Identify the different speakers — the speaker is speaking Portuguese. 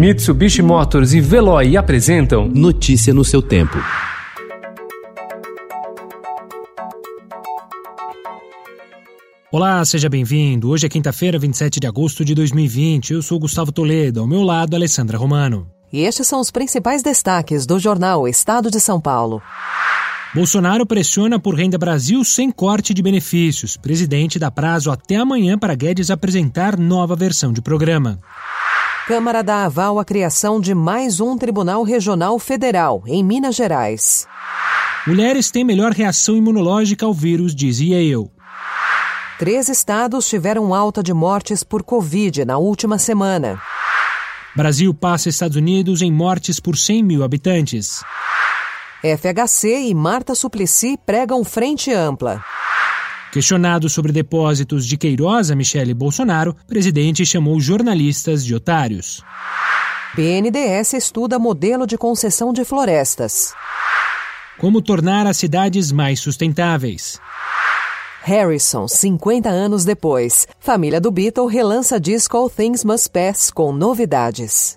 Speaker 1: Mitsubishi Motors e Veloy apresentam
Speaker 2: Notícia no seu tempo.
Speaker 3: Olá, seja bem-vindo. Hoje é quinta-feira, 27 de agosto de 2020. Eu sou Gustavo Toledo, ao meu lado, Alessandra Romano.
Speaker 4: E estes são os principais destaques do jornal Estado de São Paulo.
Speaker 3: Bolsonaro pressiona por Renda Brasil sem corte de benefícios. Presidente dá prazo até amanhã para Guedes apresentar nova versão de programa.
Speaker 4: Câmara dá aval à criação de mais um Tribunal Regional Federal, em Minas Gerais.
Speaker 3: Mulheres têm melhor reação imunológica ao vírus, dizia eu.
Speaker 4: Três estados tiveram alta de mortes por Covid na última semana.
Speaker 3: Brasil passa Estados Unidos em mortes por 100 mil habitantes.
Speaker 4: FHC e Marta Suplicy pregam frente ampla.
Speaker 3: Questionado sobre depósitos de Queiroz a Michele Bolsonaro, o presidente chamou jornalistas de otários.
Speaker 4: BNDES estuda modelo de concessão de florestas.
Speaker 3: Como tornar as cidades mais sustentáveis.
Speaker 4: Harrison, 50 anos depois. Família do Beatle relança disco All Things Must Pass com novidades.